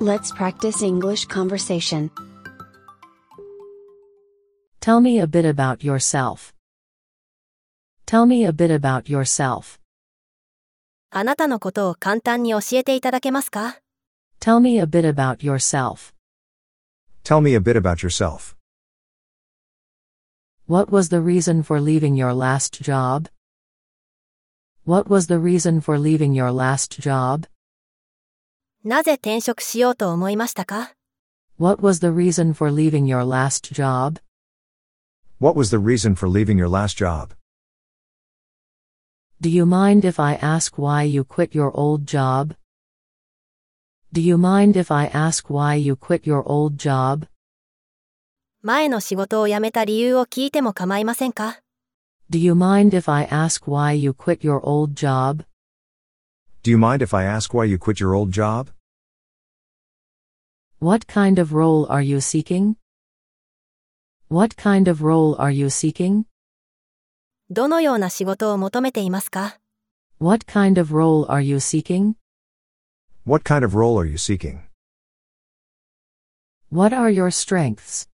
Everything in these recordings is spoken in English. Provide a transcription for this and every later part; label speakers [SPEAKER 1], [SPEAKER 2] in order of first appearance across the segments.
[SPEAKER 1] Let's practice English conversation.
[SPEAKER 2] Tell me a bit about yourself. Tell me a bit about yourself.
[SPEAKER 3] あなたのことを簡単に教えていただけますか
[SPEAKER 2] Tell me a bit about yourself.
[SPEAKER 4] Tell me a bit about yourself.
[SPEAKER 2] What was the reason for leaving your last job? What was the reason for leaving your last job?
[SPEAKER 3] なぜ転職しようと思いましたか
[SPEAKER 2] What was the reason for leaving your last job?
[SPEAKER 4] What was the reason for leaving your last job?
[SPEAKER 2] Do you mind if I ask why you quit your old job? Do you mind if I ask why you quit your old job?
[SPEAKER 3] 前の仕事を辞めた理由を聞いても構いませんか
[SPEAKER 2] Do you mind if I ask why you quit your old job?
[SPEAKER 4] Do you mind if I ask why you quit your old job?
[SPEAKER 2] What kind of role are you seeking? What kind of role are you seeking?
[SPEAKER 3] どのような仕事を求めていますか
[SPEAKER 2] What kind of role are you seeking?
[SPEAKER 4] What kind of role are you seeking?
[SPEAKER 2] What are your strengths?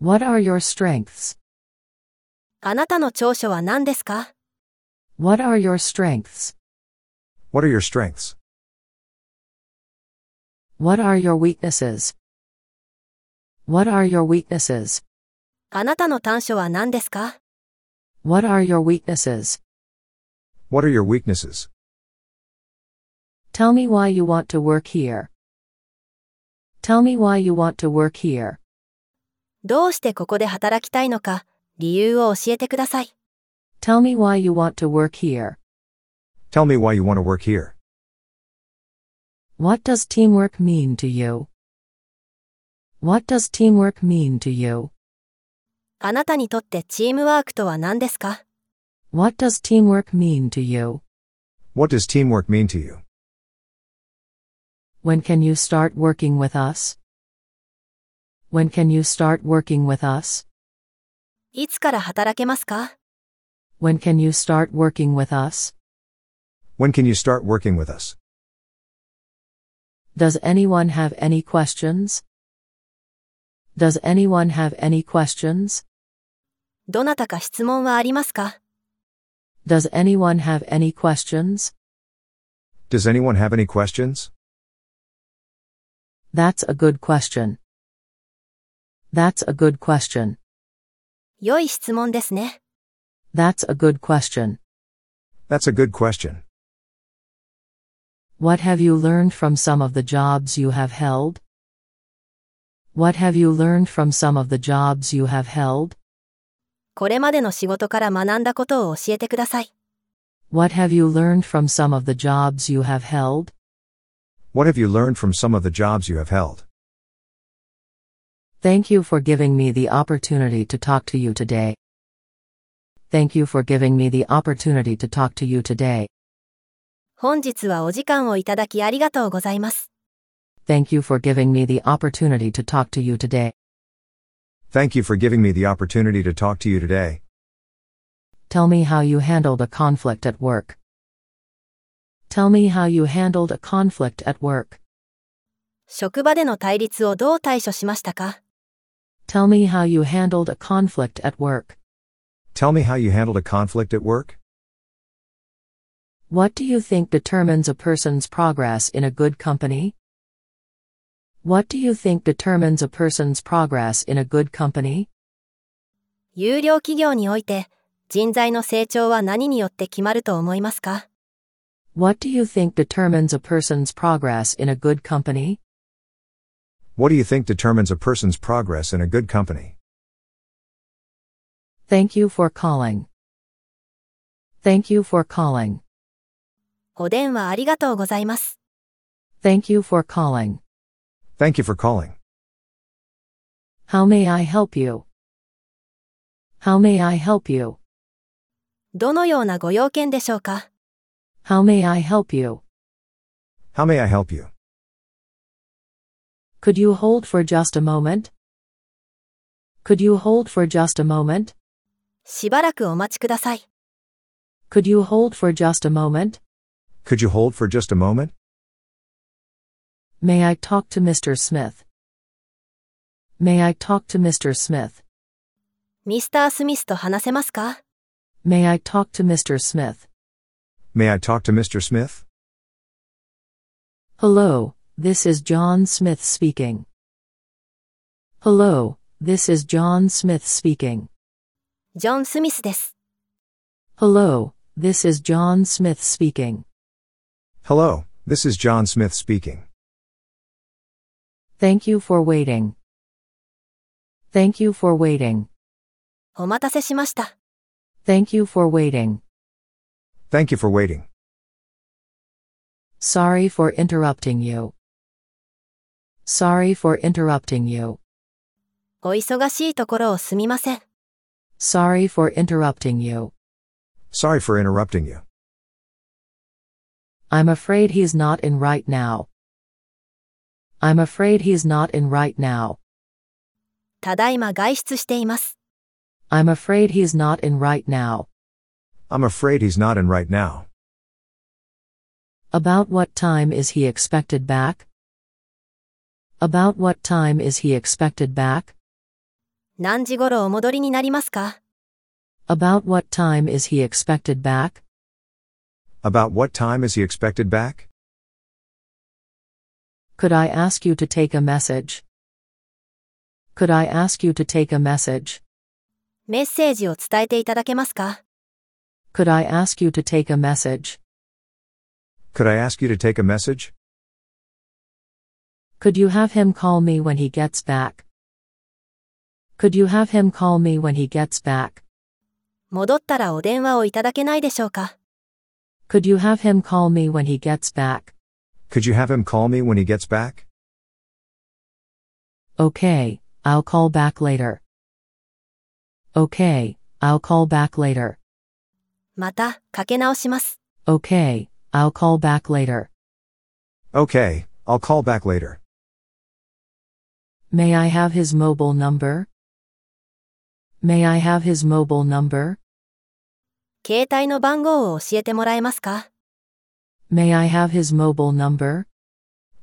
[SPEAKER 2] What are your strengths?
[SPEAKER 3] あなたの長所は何ですか
[SPEAKER 2] What are your strengths?
[SPEAKER 4] What are your strengths?
[SPEAKER 2] What are your weaknesses? What are your weaknesses?
[SPEAKER 3] あなたの短所は何ですか
[SPEAKER 2] What are your weaknesses?
[SPEAKER 4] What are your weaknesses?
[SPEAKER 2] Tell me why you want to work here. Tell me why you want to work here.
[SPEAKER 3] どうしてここで働きたいのか、理由を教えてください。
[SPEAKER 2] Tell me why you want to work here.
[SPEAKER 4] Tell me why you want to work here.
[SPEAKER 2] What does teamwork mean to you? What does teamwork mean to you?
[SPEAKER 3] あなたにとってチームワークとは何ですか
[SPEAKER 2] What does teamwork mean to you?
[SPEAKER 4] What does teamwork mean to you?
[SPEAKER 2] When can you start working with us? When can you start working with us?
[SPEAKER 3] いつから働けますか
[SPEAKER 2] When can you start working with us?
[SPEAKER 4] When can you start working with us?
[SPEAKER 2] Does anyone have any questions? Does anyone have any questions?
[SPEAKER 3] どなたか質問はありますか
[SPEAKER 2] Does anyone have any questions?
[SPEAKER 4] Does anyone have any questions?
[SPEAKER 2] That's a good question. That's a good question.
[SPEAKER 3] 良い質問ですね。
[SPEAKER 2] That's a good question.
[SPEAKER 4] That's a good question.
[SPEAKER 2] What have you learned from some of the jobs you have held? What have you learned from some of the jobs you have held?
[SPEAKER 3] これまでの仕事から学んだことを教えてください。
[SPEAKER 2] What have you learned from some of the jobs you have held?
[SPEAKER 4] What have you learned from some of the jobs you have held?
[SPEAKER 2] Thank you for giving me the opportunity to talk to you today. Thank you for giving me the opportunity to talk to you today.
[SPEAKER 3] 本日はお時間をいただきありがとうございます。
[SPEAKER 2] Thank you for giving me the opportunity to talk to you today.
[SPEAKER 4] Thank you for giving me the opportunity to talk to you today.
[SPEAKER 2] Tell me how you handled a conflict at work. Tell me how you handled a conflict at work.
[SPEAKER 3] 職場での対立をどう対処しましたか
[SPEAKER 2] Tell me how you handled a conflict at work.
[SPEAKER 4] Tell me how you handled a conflict at work?
[SPEAKER 2] What do you think determines a person's progress in a good company? What do you think determines a person's progress in a good company?
[SPEAKER 3] 有料企業において、人材の成長は何によって決まると思いますか
[SPEAKER 2] What do you think determines a person's progress in a good company?
[SPEAKER 4] What do you think determines a person's progress in a good company?
[SPEAKER 2] Thank you for calling. Thank you for calling.
[SPEAKER 3] お電話ありがとうございます。
[SPEAKER 2] Thank you for calling.
[SPEAKER 4] Thank you for calling.
[SPEAKER 2] How may I help you? How may I help you?
[SPEAKER 3] どのようなご用件でしょうか
[SPEAKER 2] How may I help you?
[SPEAKER 4] How may I help you?
[SPEAKER 2] Could you hold for just a moment? Could you hold for just a moment?
[SPEAKER 3] しばらくお待ちください。
[SPEAKER 2] Could you hold for just a moment?
[SPEAKER 4] Could you hold for just a moment?
[SPEAKER 2] May I talk to Mr. Smith? May I talk to Mr. Smith?
[SPEAKER 3] ミスター・スミスと話せますか
[SPEAKER 2] May I talk to Mr. Smith?
[SPEAKER 4] May I talk to Mr. Smith?
[SPEAKER 2] Hello, this is John Smith speaking. Hello, this is John Smith speaking.
[SPEAKER 3] ジョン・スミスです。
[SPEAKER 2] Hello, this is John Smith speaking.
[SPEAKER 4] Hello, this is John Smith speaking.
[SPEAKER 2] Thank you for waiting. Thank you for waiting.
[SPEAKER 3] お待たせしました。
[SPEAKER 2] Thank you for waiting.
[SPEAKER 4] Thank you for waiting.
[SPEAKER 2] Sorry for interrupting you. Sorry for interrupting you.
[SPEAKER 3] お忙しいところをすみません。
[SPEAKER 2] Sorry for interrupting you.
[SPEAKER 4] Sorry for interrupting you.
[SPEAKER 2] I'm afraid he's not in right now. I'm afraid he's not in right now.
[SPEAKER 3] ただいま外出しています。
[SPEAKER 2] I'm afraid he's not in right now.
[SPEAKER 4] I'm afraid he's not in right now.
[SPEAKER 2] About what time is he expected back? About what time is he expected back?
[SPEAKER 3] 何時頃お戻りになりますか
[SPEAKER 2] About what time is he expected back?
[SPEAKER 4] About what time is he expected back?
[SPEAKER 2] Could I ask you to take a message? Could I ask you to take a message?
[SPEAKER 3] メッセージを伝えていただけますか
[SPEAKER 2] Could I ask you to take a message?
[SPEAKER 4] Could I ask you to take a message?
[SPEAKER 2] Could you have him call me when he gets back? Could you have him call me when he gets back?
[SPEAKER 3] 戻ったらお電話をいただけないでしょうか
[SPEAKER 2] Could you have him call me when he gets back?
[SPEAKER 4] Could you have him call me when he gets back?
[SPEAKER 2] Okay, I'll call back later. Okay, I'll call back later.
[SPEAKER 3] また、かけ直します。
[SPEAKER 2] Okay, I'll call back later.
[SPEAKER 4] Okay, I'll call back later.
[SPEAKER 2] May I have his mobile number? May I have his mobile number?
[SPEAKER 3] 携帯の番号を教えてもらえますか
[SPEAKER 2] May I have his mobile number?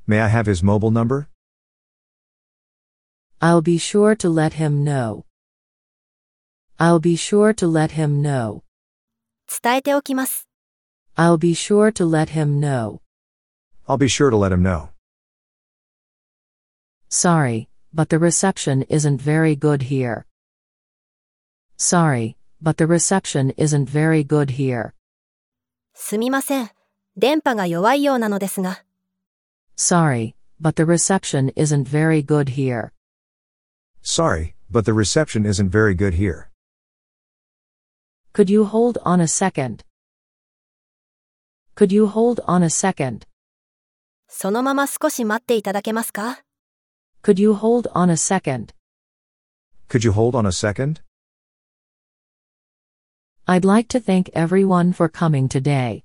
[SPEAKER 4] May I have his mobile number?
[SPEAKER 2] I'll be sure to let him know. I'll be sure to let him know.
[SPEAKER 3] 伝えておきます。
[SPEAKER 2] I'll be sure to let him know.
[SPEAKER 4] I'll be sure to let him know.
[SPEAKER 2] Sorry, but the reception isn't very good here. Sorry, but the reception isn't very good here.
[SPEAKER 3] すみません。電波が弱いようなのですが、
[SPEAKER 2] Sorry, but the reception isn't very good here.
[SPEAKER 4] Sorry, but the reception isn't very good here.
[SPEAKER 2] Could you hold on a second? Could you hold on a second?
[SPEAKER 3] そのまま少し待っていただけますか
[SPEAKER 2] Could you hold on a second?
[SPEAKER 4] Could you hold on a second?
[SPEAKER 2] I'd like to thank everyone for coming today.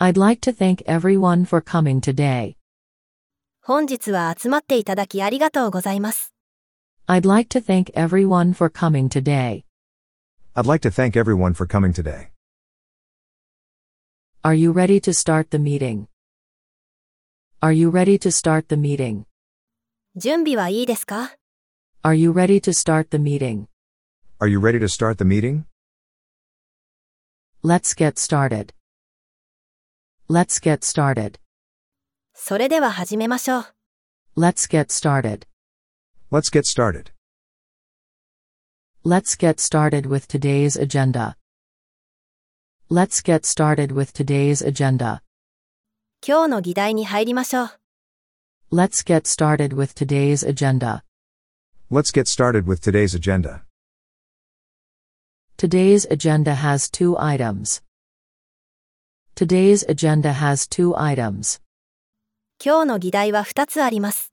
[SPEAKER 2] I'd like to thank everyone for coming today.
[SPEAKER 3] 本日は集まっていただきありがとうございます。
[SPEAKER 2] I'd like to thank everyone for coming today.
[SPEAKER 4] I'd like to thank everyone for coming today.
[SPEAKER 2] Are you ready to start the meeting? Are you ready to start the meeting?
[SPEAKER 3] 準備はいいですか
[SPEAKER 2] Are you ready to start the meeting?
[SPEAKER 4] Are you ready to start the meeting?
[SPEAKER 2] Let's get started. Let's get started.
[SPEAKER 3] それでは始めましょう。
[SPEAKER 2] Let's get started.
[SPEAKER 4] Let's get started.
[SPEAKER 2] Let's get started with today's agenda. Let's get started with today's agenda.
[SPEAKER 3] 今日の議題に入りましょう。
[SPEAKER 2] Let's get started with today's agenda.
[SPEAKER 4] Let's get started with today's agenda.
[SPEAKER 2] Today's agenda has two items. Today's agenda has two items.
[SPEAKER 3] 今日の議題は2つあります。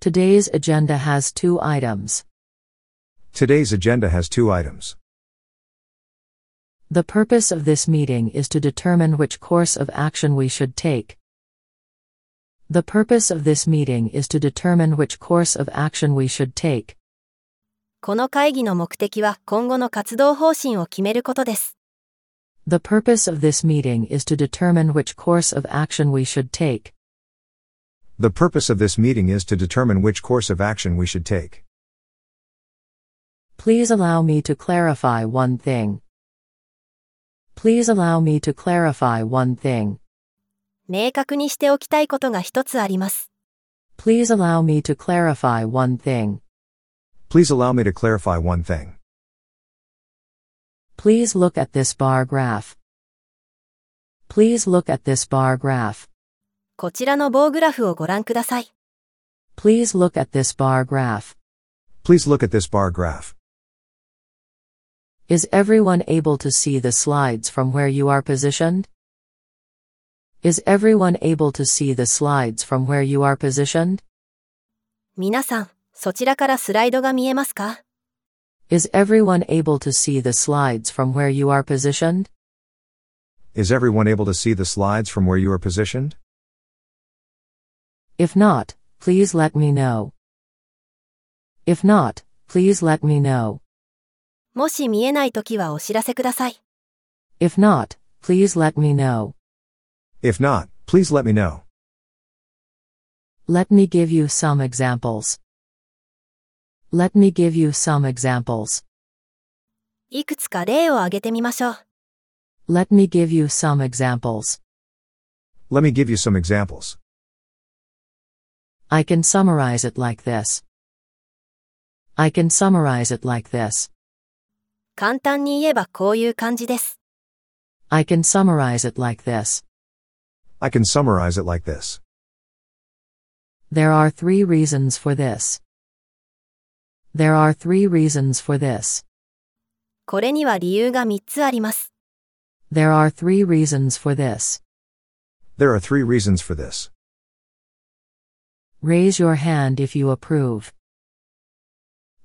[SPEAKER 2] Today's agenda has two items.
[SPEAKER 4] Today's agenda has two items.
[SPEAKER 2] The purpose of this meeting is to determine which course of action we should take. The purpose of this meeting is to determine which course of action we should take.
[SPEAKER 3] この会議の目的は今後の活動方針を決めることです。
[SPEAKER 2] The purpose of this meeting is to determine which course of action we should take.
[SPEAKER 4] The purpose of this meeting is to determine which course of action we should take.
[SPEAKER 2] Please allow me to clarify one thing. Please allow me to clarify one thing.
[SPEAKER 3] 明確にしておきたいことが一つあります。
[SPEAKER 2] Please allow me to clarify one thing.
[SPEAKER 4] Please allow me to clarify one thing.
[SPEAKER 2] Please look at this bar graph. Please look at this bar graph.
[SPEAKER 3] こちらの棒グラフをご覧ください。
[SPEAKER 2] Please look at this bar graph.
[SPEAKER 4] Please look at this bar graph.
[SPEAKER 2] Is everyone able to see the slides from where you are positioned? Is everyone able to see the slides from where you are positioned?
[SPEAKER 3] 皆さん、そちらからスライドが見えますか
[SPEAKER 2] Is everyone able to see the slides from where you are positioned?
[SPEAKER 4] Is everyone able to see the slides from where you are positioned?
[SPEAKER 2] If not, please let me know. If not, please let me know.
[SPEAKER 3] もし見えないときはお知らせください。
[SPEAKER 2] If not, please let me know.
[SPEAKER 4] If not, please let me know.
[SPEAKER 2] Let me give you some examples. Let me give you some examples.
[SPEAKER 3] いくつか例を挙げてみましょう。
[SPEAKER 2] Let me give you some examples.
[SPEAKER 4] Let me give you some examples.
[SPEAKER 2] I can summarize it like this. I can summarize it like this.
[SPEAKER 3] 簡単に言えばこういう感じです。
[SPEAKER 2] I can summarize it like this.
[SPEAKER 4] I can summarize it like this.
[SPEAKER 2] There are three reasons for this. There are three reasons for this.
[SPEAKER 3] これには理由が3つあります。
[SPEAKER 2] There are three reasons for this.
[SPEAKER 4] There are three reasons for this.
[SPEAKER 2] Raise your hand if you approve.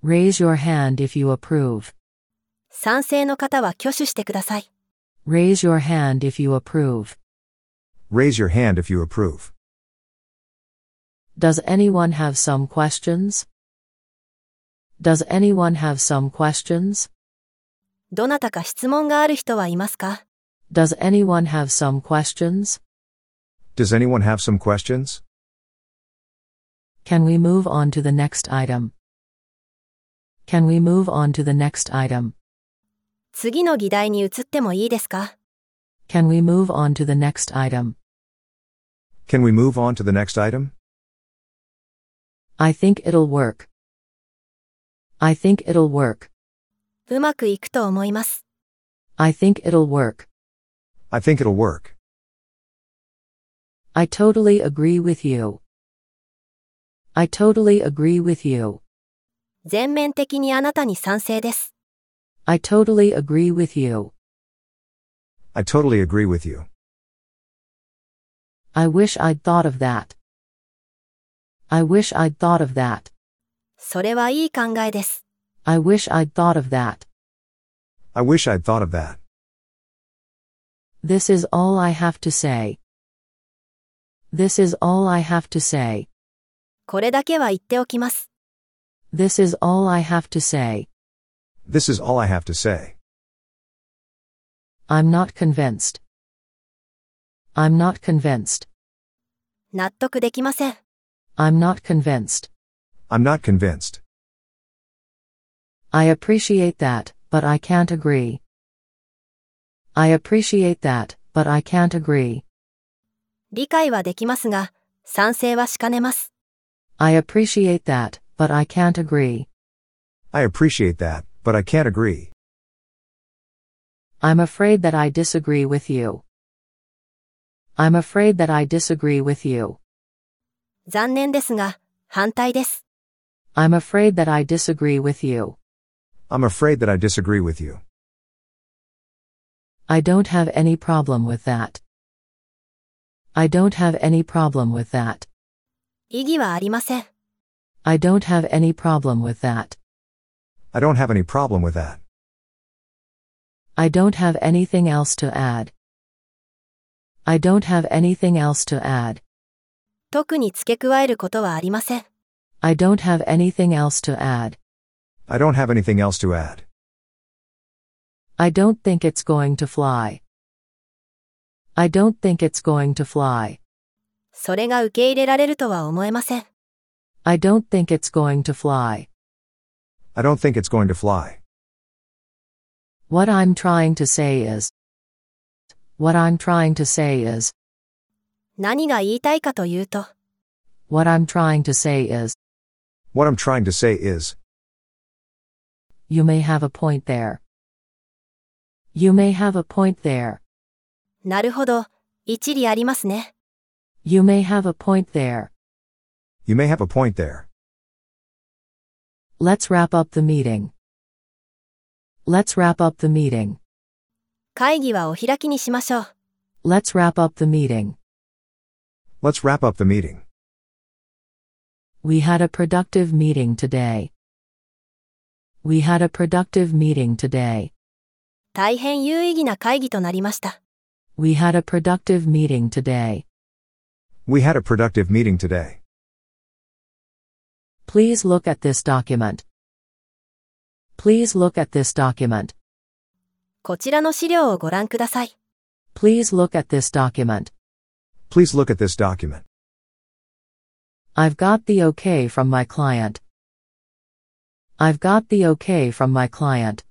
[SPEAKER 2] Raise your hand if you approve.
[SPEAKER 3] 賛成の方は挙手してください。
[SPEAKER 2] Raise your hand if you approve.
[SPEAKER 4] Raise your hand if you approve.
[SPEAKER 2] Does anyone have some questions? Does anyone have some questions?
[SPEAKER 3] どなたか質問がある人はいますか
[SPEAKER 2] Does anyone have some questions?
[SPEAKER 4] Does anyone have some questions?
[SPEAKER 2] Can we move on to the next item? Can we move on to the next item?
[SPEAKER 3] 次の議題に移ってもいいですか
[SPEAKER 2] Can we move on to the next item?
[SPEAKER 4] Can we move on to the next item?
[SPEAKER 2] I think it'll work. I think it'll work.
[SPEAKER 3] うまくいくと思います。
[SPEAKER 2] I think it'll work.
[SPEAKER 4] I think it'll work.
[SPEAKER 2] I totally agree with you. I totally agree with you.
[SPEAKER 3] 全面的にあなたに賛成です。
[SPEAKER 2] I totally agree with you.
[SPEAKER 4] I totally agree with you.
[SPEAKER 2] I wish I'd thought of that. I wish I'd thought of that.
[SPEAKER 3] それはいい考えです。
[SPEAKER 2] I wish I'd thought of that.
[SPEAKER 4] I wish I'd thought of that.
[SPEAKER 2] This is all I have to say. This is all I have to say.
[SPEAKER 3] これだけは言っておきます。
[SPEAKER 2] This is all I have to say.
[SPEAKER 4] This is all I have to say.
[SPEAKER 2] I'm not convinced. I'm not convinced.
[SPEAKER 3] 納得できません。
[SPEAKER 2] I'm not convinced.
[SPEAKER 4] I'm not convinced.
[SPEAKER 2] I appreciate that, but I can't agree. I appreciate that, but I can't agree.
[SPEAKER 3] 理解はできますが、賛成はしかねます。
[SPEAKER 2] I appreciate that, but I can't agree.
[SPEAKER 4] I appreciate that, but I can't agree.
[SPEAKER 2] I'm afraid that I disagree with you. I'm afraid that I disagree with you.
[SPEAKER 3] 残念ですが、反対です。
[SPEAKER 2] I'm afraid that I disagree with you.
[SPEAKER 4] I'm afraid that I disagree with you.
[SPEAKER 2] I don't have any problem with that. I don't have any problem with that.
[SPEAKER 3] 意義はありません。
[SPEAKER 2] I don't have any problem with that.
[SPEAKER 4] I don't have any problem with that.
[SPEAKER 2] I don't have anything else to add. I don't have anything else to add.
[SPEAKER 3] 特に付け加えることはありません。
[SPEAKER 2] I don't have anything else to add.
[SPEAKER 4] I don't have anything else to add.
[SPEAKER 2] I don't think it's going to fly. I don't think it's going to fly.
[SPEAKER 3] それが受け入れられるとは思えません。
[SPEAKER 2] I don't think it's going to fly.
[SPEAKER 4] I don't think it's going to fly.
[SPEAKER 2] What I'm trying to say is. What I'm trying to say is.
[SPEAKER 3] 何が言いたいかというと、
[SPEAKER 2] What I'm trying to say is.
[SPEAKER 4] What I'm trying to say is,
[SPEAKER 2] You may have a point there. You may have a point there.
[SPEAKER 3] なるほど、一理ありますね。
[SPEAKER 2] You may have a point there.
[SPEAKER 4] you may have a point there.
[SPEAKER 2] Let's wrap up the meeting. Let's wrap up the meeting.
[SPEAKER 3] 会議はお開きにしましょう。
[SPEAKER 2] Let's wrap up the meeting.
[SPEAKER 4] Let's wrap up the meeting.
[SPEAKER 2] We had a productive meeting today. We had a productive meeting today.
[SPEAKER 3] 大変有意義な会議となりました。
[SPEAKER 2] We had a productive meeting today.
[SPEAKER 4] We had a productive meeting today.
[SPEAKER 2] Please look at this document. Please look at this document.
[SPEAKER 3] こちらの資料をご覧ください。
[SPEAKER 2] Please look at this document.
[SPEAKER 4] Please look at this document.
[SPEAKER 2] I've got the okay from my client. I've got the okay from my client.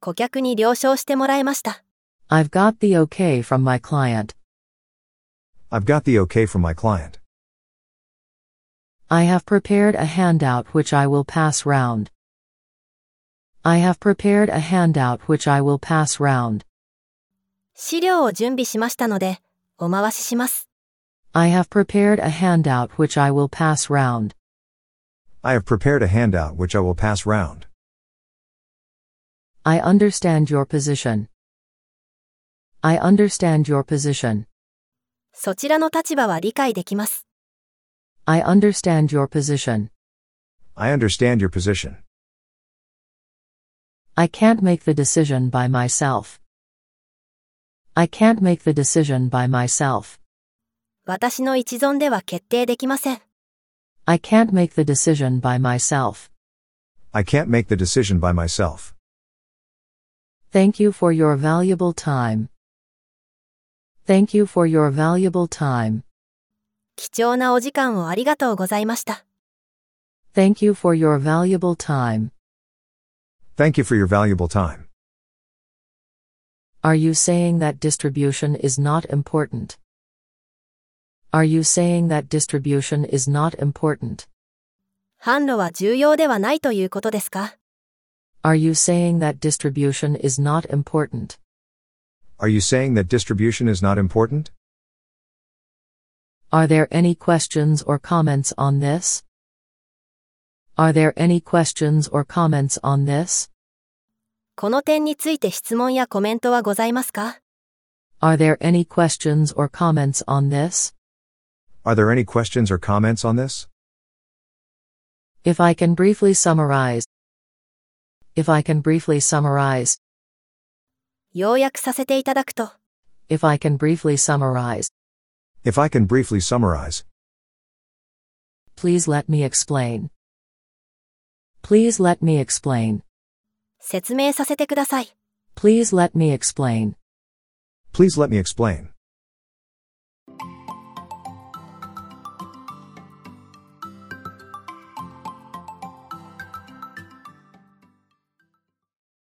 [SPEAKER 3] 顧客に了承してもらいました。
[SPEAKER 2] I've got the okay from my client.
[SPEAKER 4] I've got the okay from my client.
[SPEAKER 2] I have prepared a handout which I will pass round. I have prepared a handout which I will pass round.
[SPEAKER 3] 資料を準備しましたので、お回しします。
[SPEAKER 2] I have prepared a handout which I will pass round.
[SPEAKER 4] I have prepared a handout which I will pass round.
[SPEAKER 2] I understand your position. I understand your position.
[SPEAKER 3] そちらの立場は理解できます。
[SPEAKER 2] I understand your position.
[SPEAKER 4] I understand your position.
[SPEAKER 2] I can't make the decision by myself. I can't make the decision by myself.
[SPEAKER 3] 私の一存では決定できません。
[SPEAKER 2] I can't make the decision by myself.
[SPEAKER 4] I can't make the decision by myself.
[SPEAKER 2] Thank you for your valuable time. Thank you for your valuable time.
[SPEAKER 3] 貴重なお時間をありがとうございました。
[SPEAKER 2] Thank you for your valuable time.
[SPEAKER 4] Thank you for your valuable time.
[SPEAKER 2] Are you saying that distribution is not important? Are you saying that distribution is not important?
[SPEAKER 3] 販路は重要ではないということですか
[SPEAKER 2] Are you saying that distribution is not important?
[SPEAKER 4] Are you saying that distribution is not important?
[SPEAKER 2] Are there any questions or comments on this? Are there any questions or comments on this?
[SPEAKER 3] この点について質問やコメントはございますか
[SPEAKER 2] Are there any questions or comments on this?
[SPEAKER 4] Are there any questions or comments on this?
[SPEAKER 2] If I can briefly summarize. If I can briefly summarize.
[SPEAKER 3] 要約させていただくと、
[SPEAKER 2] If I can briefly summarize.
[SPEAKER 4] If I can briefly summarize,
[SPEAKER 2] Please let me explain. Please let me explain.
[SPEAKER 3] 説明させてください。
[SPEAKER 2] Please let me explain.
[SPEAKER 4] please let me explain.